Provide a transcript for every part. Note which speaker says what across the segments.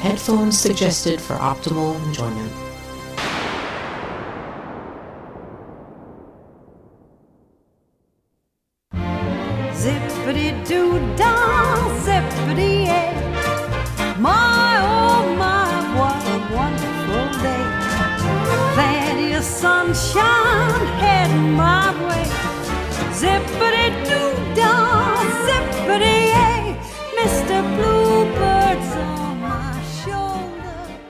Speaker 1: Headphones suggested for optimal enjoyment.
Speaker 2: Zippity doo dah, zippity yay. My oh my, what a wonderful day. Thaddeus sunshine heading my way. Zippity doo dah, zippity yay. Mr. Bluebird's on my shoulder.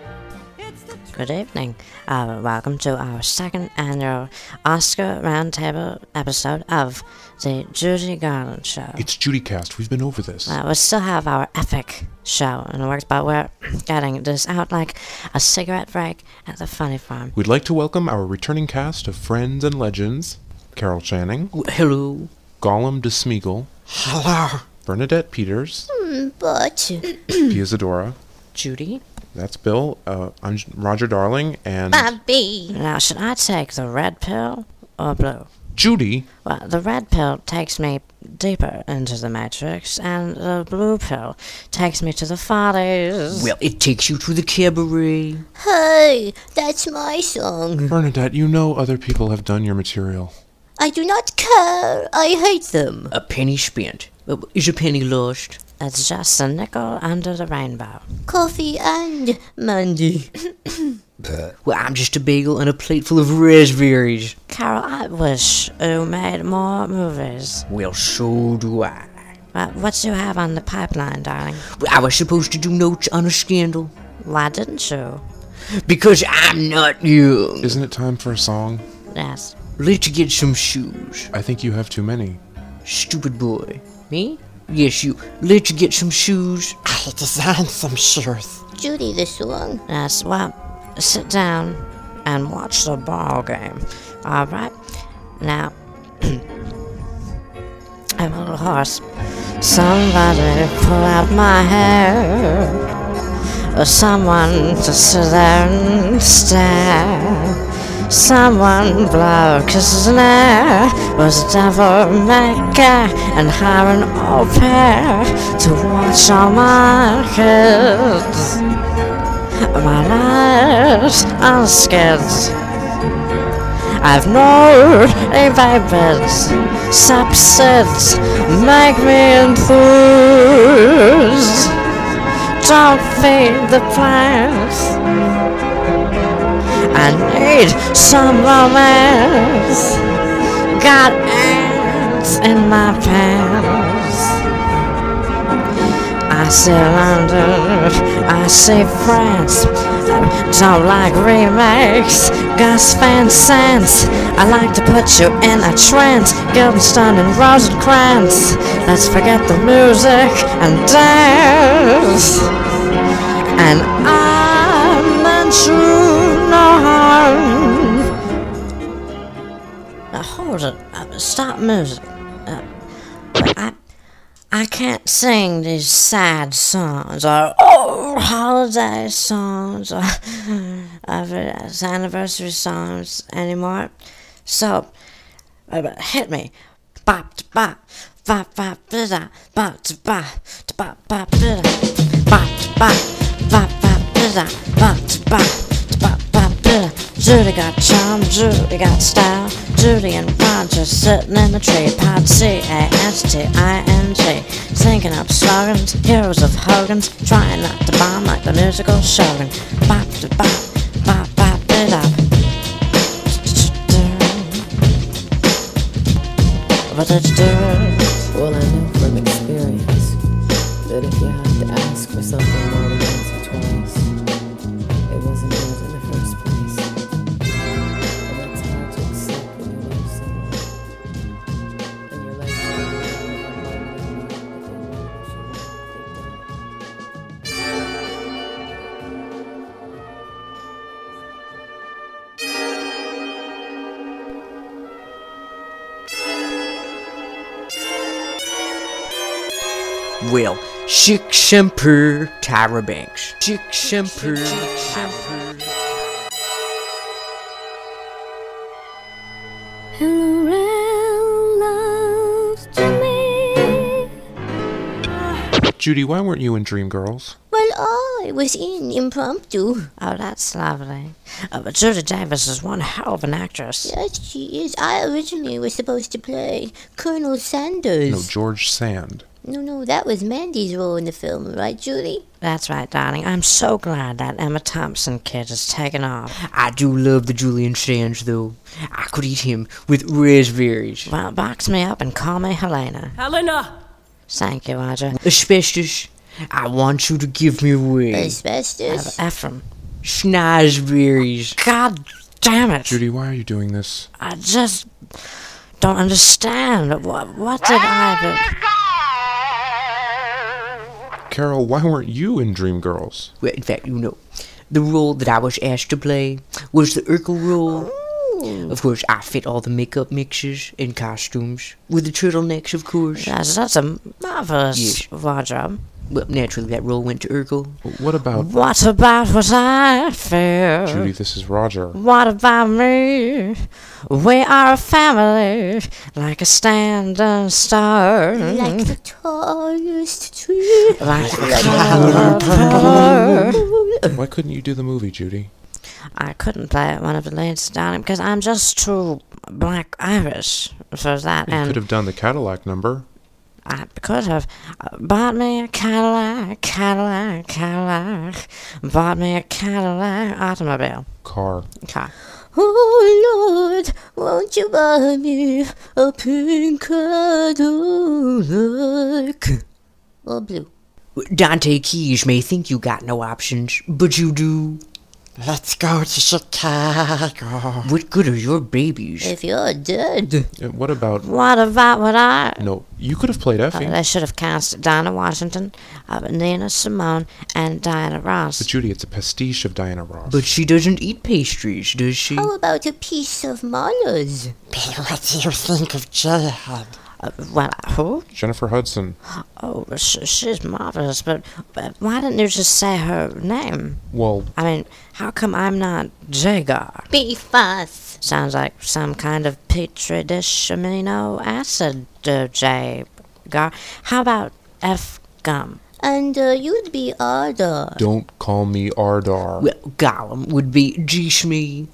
Speaker 2: It's the
Speaker 3: Good evening. Uh, welcome to our second annual Oscar Roundtable episode of the Judy Garland Show.
Speaker 4: It's JudyCast. We've been over this.
Speaker 3: Uh, we still have our epic show in the works, but we're getting this out like a cigarette break at the funny farm.
Speaker 4: We'd like to welcome our returning cast of friends and legends Carol Channing,
Speaker 5: Hello.
Speaker 4: Gollum DeSmeagol,
Speaker 5: Hello.
Speaker 4: Bernadette Peters,
Speaker 3: But
Speaker 4: Pia Zadora,
Speaker 3: Judy?
Speaker 4: that's Bill, uh, I'm J- Roger Darling, and
Speaker 3: Now, should I take the red pill or blue?
Speaker 4: Judy.
Speaker 3: Well, the red pill takes me deeper into the matrix, and the blue pill takes me to the follies.
Speaker 5: Well, it takes you to the cabaret.
Speaker 6: Hey, that's my song.
Speaker 4: Bernadette, you know other people have done your material.
Speaker 6: I do not care. I hate them.
Speaker 5: A penny spent. Uh, Is a penny lost?
Speaker 3: It's just a nickel under the rainbow.
Speaker 6: Coffee and Mandy.
Speaker 5: Well, I'm just a bagel and a plate full of raspberries.
Speaker 3: Carol, I wish you made more movies.
Speaker 5: Well, so do I.
Speaker 3: But what do you have on the pipeline, darling?
Speaker 5: Well, I was supposed to do notes on a scandal.
Speaker 3: Why didn't you?
Speaker 5: Because I'm not young.
Speaker 4: Isn't it time for a song?
Speaker 3: Yes.
Speaker 5: Let's get some shoes.
Speaker 4: I think you have too many.
Speaker 5: Stupid boy.
Speaker 3: Me?
Speaker 5: Yes, you. Let's get some shoes.
Speaker 7: I designed some shirts.
Speaker 6: Judy the song.
Speaker 3: Yes, well, sit down and watch the ball game. All right? Now, I'm a little hoarse. Somebody pull out my hair. Or someone to sit there and stare. Someone blow kisses in air was a devil maker and hire an au pair to watch all my kids. My lives are skids. I've known a vibrance, substance, make me enthuse. Don't feed the plants. I need some romance. Got ants in my pants. I see London, I see France. I don't like remakes, Gus Van Sant. I like to put you in a trance, Guildenstern and Rosencrantz. Let's forget the music and dance. And I meant you no harm. Now hold it, Uh, stop music. Uh, I. I can't sing these sad songs or oh, holiday songs or other anniversary songs anymore. So, uh, but hit me. Bop, bop, bop, bop, bida, bop, da, bop, da, bop, bop, bida, bop, da, bop, bop, bop, bida, bop, da, bop, da, bop, bop, bida. Judy got charm, Judy got style. Judy and Roger sitting in the tree pod, C-A-S-T-I-N-G. Thinking up slogans, heroes of Hogan's, trying not to bomb like the musical Shogun. Bop, da, bop, bop, bop, bida. What did you do?
Speaker 8: Well, I know from experience that if you have to ask for something more than once or twice, it wasn't yours in the first place. And that's hard to accept when you love someone. And you're like,
Speaker 5: Well, Chic Semper Tyra Banks. Chic Semper.
Speaker 2: Hillary loves to me.
Speaker 4: Judy, why weren't you in Dreamgirls?
Speaker 6: Well, while I was in impromptu.
Speaker 3: Oh, that's lovely. Uh, but Judy Davis is one hell of an actress.
Speaker 6: Yes, she is. I originally was supposed to play Colonel Sanders.
Speaker 4: No, George Sand.
Speaker 6: No, no, that was Mandy's role in the film, right, Julie?
Speaker 3: That's right, darling. I'm so glad that Emma Thompson kid has taken off.
Speaker 5: I do love the Julian Sands, though. I could eat him with raspberries.
Speaker 3: Well, box me up and call me Helena.
Speaker 2: Helena!
Speaker 3: Thank you, Roger.
Speaker 5: Asbestos, I want you to give me away.
Speaker 6: Asbestos.
Speaker 3: Ephraim.
Speaker 5: Schnozberries.
Speaker 3: God damn it.
Speaker 4: Judy, why are you doing this?
Speaker 3: I just don't understand. What, what did I do?
Speaker 4: Carol, why weren't you in Dreamgirls?
Speaker 5: Well, in fact, you know, the role that I was asked to play was the Urkel role. Of course, I fit all the makeup mixes and costumes. With the turtlenecks, of course.
Speaker 3: That's such a marvelous
Speaker 5: Yes.
Speaker 3: wardrobe.
Speaker 5: Well, naturally, that role went to Urkel.
Speaker 4: What about
Speaker 3: What about what I feel?
Speaker 4: Judy? This is Roger.
Speaker 3: What about me? We are a family, like a standing stone,
Speaker 6: Like the tallest tree.
Speaker 3: like a colour purple.
Speaker 4: Why couldn't you do the movie, Judy?
Speaker 3: I couldn't play one of the leads, darling, because I'm just too black Irish for that.
Speaker 4: You
Speaker 3: and
Speaker 4: could have done the Cadillac number.
Speaker 3: I could have bought me a Cadillac, Cadillac, Cadillac. Bought me a Cadillac automobile
Speaker 4: Car.
Speaker 3: car.
Speaker 6: Oh, Lord, won't you buy me a pink Cadillac? Or blue.
Speaker 5: Dante Keys may think you got no options, but you do.
Speaker 7: Let's go to Chicago.
Speaker 5: What good are your babies?
Speaker 6: If you're dead.
Speaker 4: Uh, What about
Speaker 3: What about what I
Speaker 4: no? You could have played Effie.
Speaker 3: Uh, they should have cast Dinah Washington, uh, Nina Simone, and Diana Ross.
Speaker 4: But Judy, it's a pastiche of Diana Ross.
Speaker 5: But she doesn't eat pastries, does she?
Speaker 7: Oh.
Speaker 6: How about a piece of Mahler's?
Speaker 7: But what do you think of Jihad?
Speaker 3: Uh, well, who?
Speaker 4: Jennifer Hudson.
Speaker 3: Oh, sh- she's marvelous, but, but why didn't you just say her name?
Speaker 4: Well,
Speaker 3: I mean, how come I'm not Jagar?
Speaker 6: Be fast.
Speaker 3: Sounds like some kind of petri dish amino acid, uh, Jagar. How about F gum?
Speaker 6: And uh, you'd be Arda.
Speaker 4: don't call me Ardar.
Speaker 5: Well, Gollum would be G Shmee.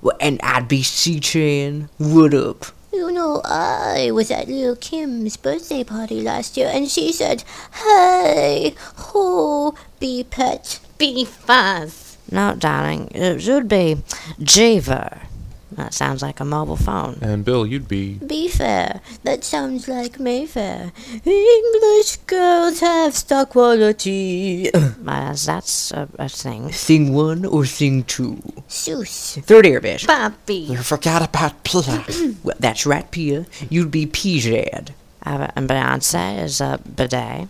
Speaker 5: Well, and I'd be C Chan. What up?
Speaker 6: You know, I was at Lil Kim's birthday party last year, and she said, Hey, ho, be pet, be fast.
Speaker 3: No, darling, it should be Javer. That sounds like a mobile phone.
Speaker 4: And Bill, you'd be
Speaker 6: Be fair. That sounds like Mayfair. English girls have stock quality.
Speaker 3: Uh, that's a, a thing.
Speaker 5: Thing one or thing two?
Speaker 6: Seuss.
Speaker 5: Third airbase.
Speaker 6: Papi.
Speaker 7: You forgot about Pia.
Speaker 5: Well, that's right, Pia. You'd be Pijad.
Speaker 3: Uh, and Beyonce is a bidet.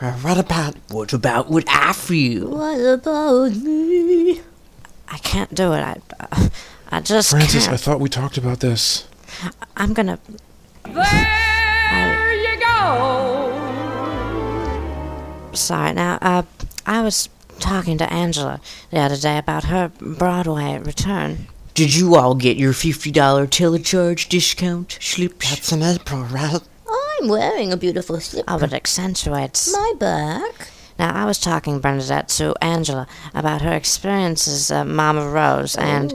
Speaker 7: Well, what about
Speaker 5: What about what I feel?
Speaker 6: What about me?
Speaker 3: I can't do it. I, uh, I just
Speaker 4: Francis. I
Speaker 3: can't.
Speaker 4: thought we talked about this.
Speaker 3: I'm gonna.
Speaker 2: There you go!
Speaker 3: Sorry. Now, uh, I was talking to Angela the other day about her Broadway return.
Speaker 5: Did you all get your $50 telecharge discount slips?
Speaker 7: That's in April, right?
Speaker 6: I'm wearing a beautiful slip.
Speaker 3: Oh, it accentuates.
Speaker 6: My back.
Speaker 3: Now, I was talking Bernadette to Angela about her experiences at Mama Rose and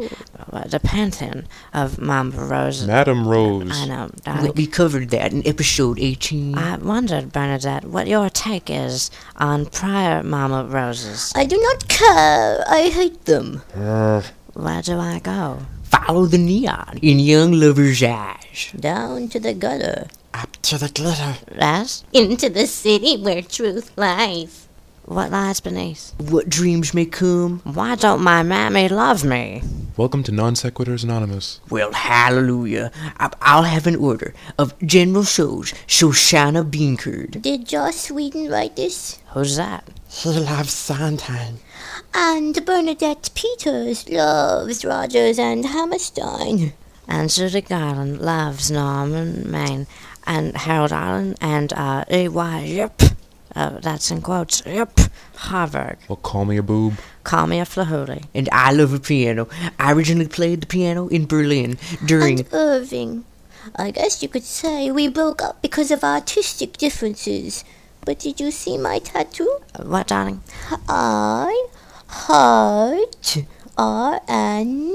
Speaker 3: uh, the pantheon of Mama Rose.
Speaker 4: Madame Rose.
Speaker 3: I know,
Speaker 5: Well,
Speaker 3: darling.
Speaker 5: we covered that in episode 18.
Speaker 3: I wondered, Bernadette, what your take is on prior Mama Roses.
Speaker 6: I do not care. I hate them.
Speaker 3: Where do I go?
Speaker 5: Follow the neon in young lovers' eyes.
Speaker 6: Down to the gutter.
Speaker 7: Up to the glitter.
Speaker 3: Yes?
Speaker 6: Into the city where truth lies.
Speaker 3: What lies beneath?
Speaker 5: What dreams may come?
Speaker 3: Why don't my mammy love me?
Speaker 4: Welcome to Non Sequiturs Anonymous.
Speaker 5: Well, hallelujah. I- I'll have an order of General So's Shoshana Bean Curd.
Speaker 6: Did Joss Whedon write this?
Speaker 3: Who's that?
Speaker 7: He loves Sondheim.
Speaker 6: And Bernadette Peters loves Rogers and Hammerstein.
Speaker 3: And Judy Garland loves Norman Maine and Harold Arlen and uh, E.Y. Yep. Uh, that's in quotes. Yep. Harvard.
Speaker 4: Well, call me a boob.
Speaker 3: Call me a flahooty.
Speaker 5: And I love a piano. I originally played the piano in Berlin during.
Speaker 6: And Irving. I guess you could say we broke up because of artistic differences. but did you see my tattoo?
Speaker 3: What, darling?
Speaker 6: I heart R and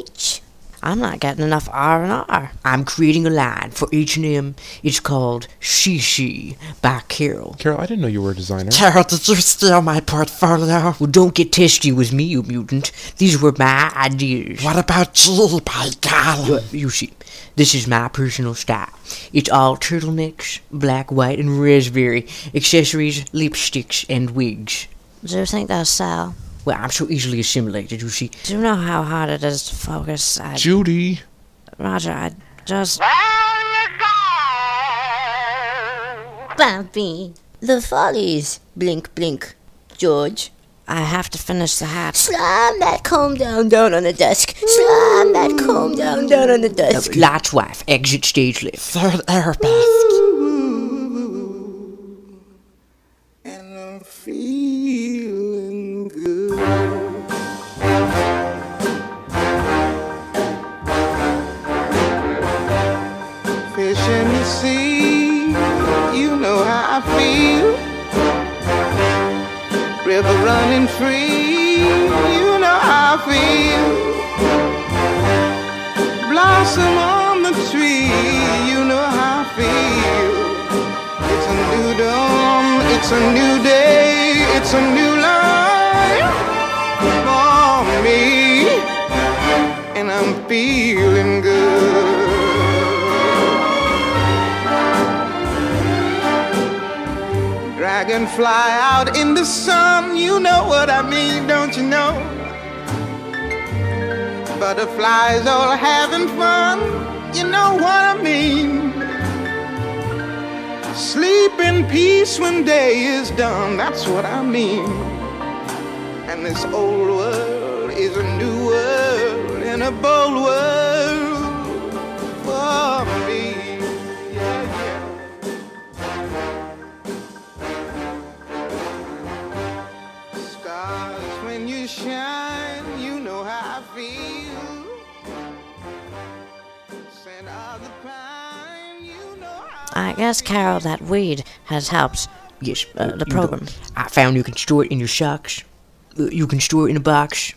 Speaker 6: H.
Speaker 3: I'm not getting enough R and R.
Speaker 5: I'm creating a line for H&M. It's called Shishi by Carol.
Speaker 4: Carol, I didn't know you were a designer.
Speaker 7: Carol, did you steal my portfolio?
Speaker 5: Well, don't get testy with me, you mutant. These were my ideas.
Speaker 7: What about Jill by golly?
Speaker 5: But you see, this is my personal style. It's all turtlenecks, black, white, and raspberry, accessories, lipsticks, and wigs.
Speaker 3: Do you think they'll sell?
Speaker 5: Well, I'm so easily assimilated, you see.
Speaker 3: Do you know how hard it is to focus? I,
Speaker 4: Judy.
Speaker 3: Roger, I just.
Speaker 6: Bobby. The Follies. Blink, blink. George.
Speaker 3: I have to finish the hat.
Speaker 6: Slam that comb down, down on the desk. Slam that comb down, down on the desk.
Speaker 5: Lot's wife, exit stage left.
Speaker 7: Third arabesque.
Speaker 9: fish in the sea. You know how I feel. River running free. You know how I feel. Blossom on the tree. You know how I feel. It's a new dawn. It's a new day. It's a new life for me. And I'm feeling good. Dragonfly out in the sun, you know what I mean, don't you know? Butterflies all having fun, you know what I mean. Sleep in peace when day is done, that's what I mean. And this old world is a new world and a bold world for me. Yeah, yeah. Stars when you shine, you know how I feel. Scent of the pine, you know how
Speaker 3: I guess, Carol, that weed has helped.
Speaker 5: Yes,
Speaker 3: Uh,
Speaker 5: you know,
Speaker 3: the program.
Speaker 5: I found you can store it in your socks. Uh, You can store it in a box.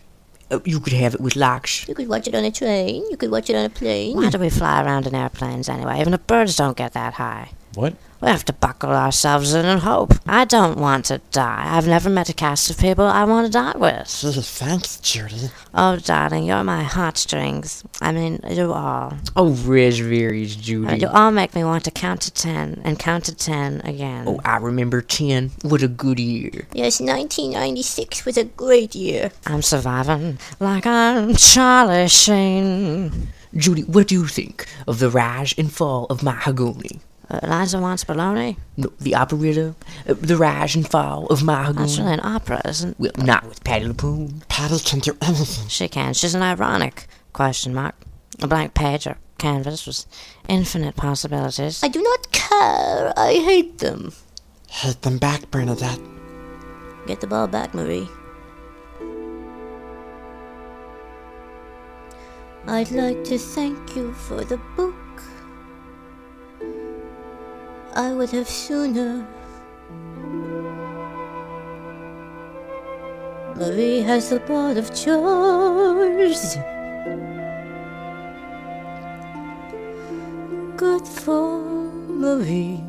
Speaker 5: Uh, You could have it with locks.
Speaker 6: You could watch it on a train. You could watch it on a plane.
Speaker 3: Why do we fly around in airplanes anyway? Even the birds don't get that high.
Speaker 4: What?
Speaker 3: We have to buckle ourselves in and hope. I don't want to die. I've never met a cast of people I want to die with.
Speaker 7: Gee, thanks, Judy.
Speaker 3: Oh, darling, you're my heartstrings. I mean, you all.
Speaker 5: Oh, raspberries,
Speaker 3: I mean,
Speaker 5: Judy.
Speaker 3: you all make me want to count to ten and count to ten again.
Speaker 5: Oh, I remember 10. What a good year.
Speaker 6: Yes, 1996 was a great year.
Speaker 3: I'm surviving like I'm Charlie Sheen.
Speaker 5: Judy, what do you think of the rise and fall of mahogany?
Speaker 3: Uh, Eliza wants baloney.
Speaker 5: No, the operetta, uh, the rise and fall of mahogany.
Speaker 3: That's really an opera, isn't
Speaker 5: Well, not with Patty LaPoon.
Speaker 7: Patty can do anything.
Speaker 3: She can. She's an ironic question mark. A blank page or canvas with infinite possibilities.
Speaker 6: I do not care. I hate them.
Speaker 7: Hate them back, Bernadette.
Speaker 6: Get the ball back, Marie. I'd like to thank you for the book. I would have sooner. Marie has a lot of chores. Good for Marie.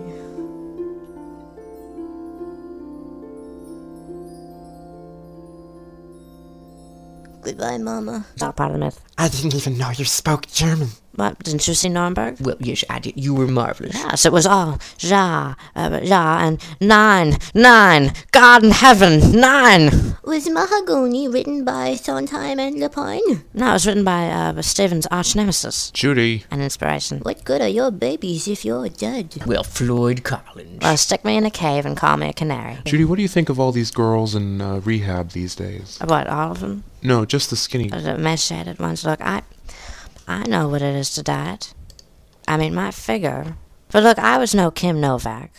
Speaker 6: Goodbye, Mama.
Speaker 3: Stop part of the myth.
Speaker 7: I didn't even know you spoke German.
Speaker 3: What? Didn't you see Nuremberg?
Speaker 5: Well, yes, I did. You were marvelous.
Speaker 3: Yes, it was all ja, uh, ja, and nine, nine, God in heaven, nine.
Speaker 6: Was Mahagoni written by Sondheim and Lapine?
Speaker 3: No, it was written by uh, Stephen's arch nemesis
Speaker 4: Judy.
Speaker 3: and inspiration.
Speaker 6: What good are your babies if you're dead?
Speaker 5: Well, Floyd Collins.
Speaker 3: Well, stick me in a cave and call me a canary.
Speaker 4: Judy, what do you think of all these girls in uh, rehab these days?
Speaker 3: What, all of them?
Speaker 4: No, just the skinny.
Speaker 3: the emaciated ones. Look, I, I know what it is to diet. I mean, my figure. But look, I was no Kim Novak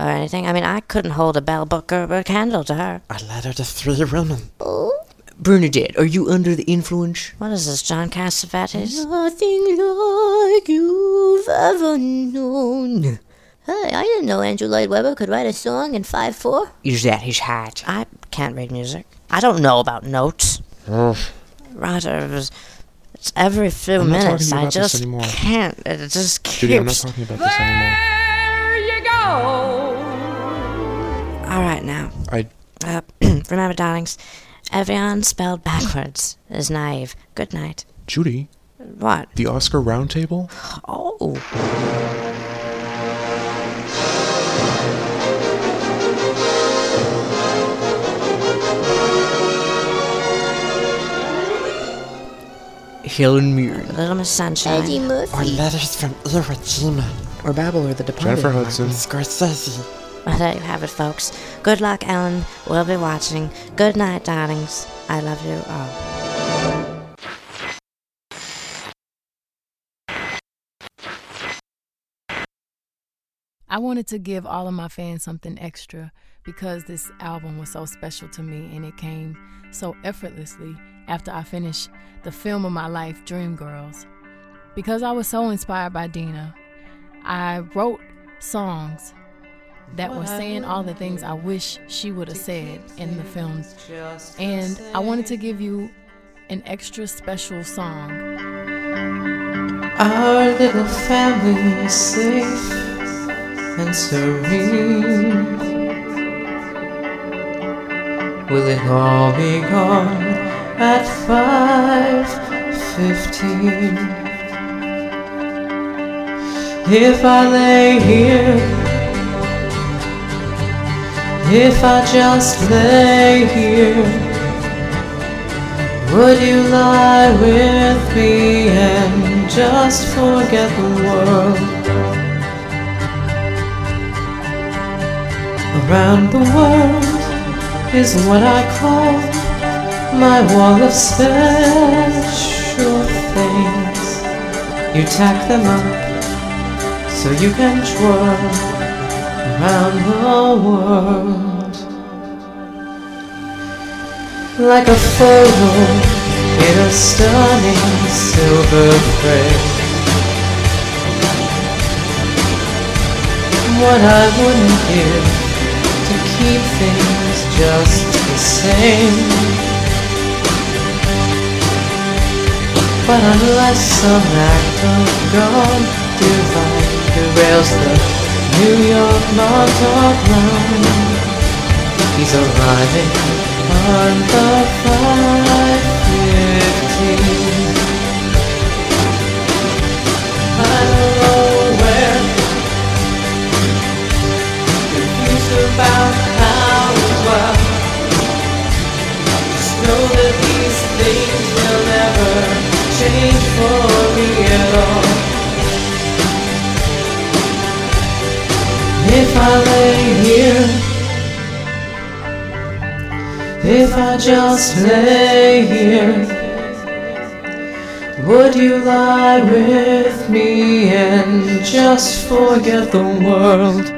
Speaker 3: or anything. I mean, I couldn't hold a bell book or a candle to her.
Speaker 7: I led her to three women.
Speaker 5: Bernadette, are you under the influence?
Speaker 3: What is this, John Cassavetes?
Speaker 6: Nothing like you've ever known Hey, I didn't know Andrew Lloyd Webber could write a song in 5 4.
Speaker 5: Is that his hat?
Speaker 3: I can't read music. I don't know about notes. Roger, it's, it's every few
Speaker 4: I'm not
Speaker 3: minutes.
Speaker 4: talking to you
Speaker 3: I
Speaker 4: about this
Speaker 3: just
Speaker 4: anymore.
Speaker 3: can't. It just keeps.
Speaker 4: Judy, I'm not talking about this anymore.
Speaker 7: There you go.
Speaker 3: All right now.
Speaker 4: I
Speaker 3: Uh, remember, darlings, everyone spelled backwards is naive. Good night.
Speaker 4: Judy,
Speaker 3: What?
Speaker 4: the Oscar roundtable?
Speaker 3: Oh.
Speaker 5: Helen Mirren.
Speaker 3: Little Miss Sunshine.
Speaker 6: Eddie Murphy.
Speaker 10: Or letters from Iwo Jima.
Speaker 5: Or Babel or the Departed.
Speaker 4: Jennifer Hudson.
Speaker 10: Scorsese.
Speaker 3: Well, there you have it, folks. Good luck, Ellen. We'll be watching. Good night, darlings. I love you all.
Speaker 11: I wanted to give all of my fans something extra because this album was so special to me and it came so effortlessly after I finished the film of my life, Dreamgirls. Because I was so inspired by Dina, I wrote songs that were saying all the things I wish she would have said in the film. And I wanted to give you an extra special song.
Speaker 7: Our little family is safe and serene. Will it all be gone at five fifteen? If I lay here, if I just lay here, would you lie with me and just forget the world? Around the world is what I call my wall of special things. You tack them up so you can twirl around the world like a photo in a stunning silver frame. What I wouldn't give to keep things just the same. But unless some act of God divine derails the New York Montauk line, He's arriving on the 515. I don't know where. Confused about how or why. Just know that these things will never change for me at all. If I lay here. If I just lay here, would you lie with me and just forget the world?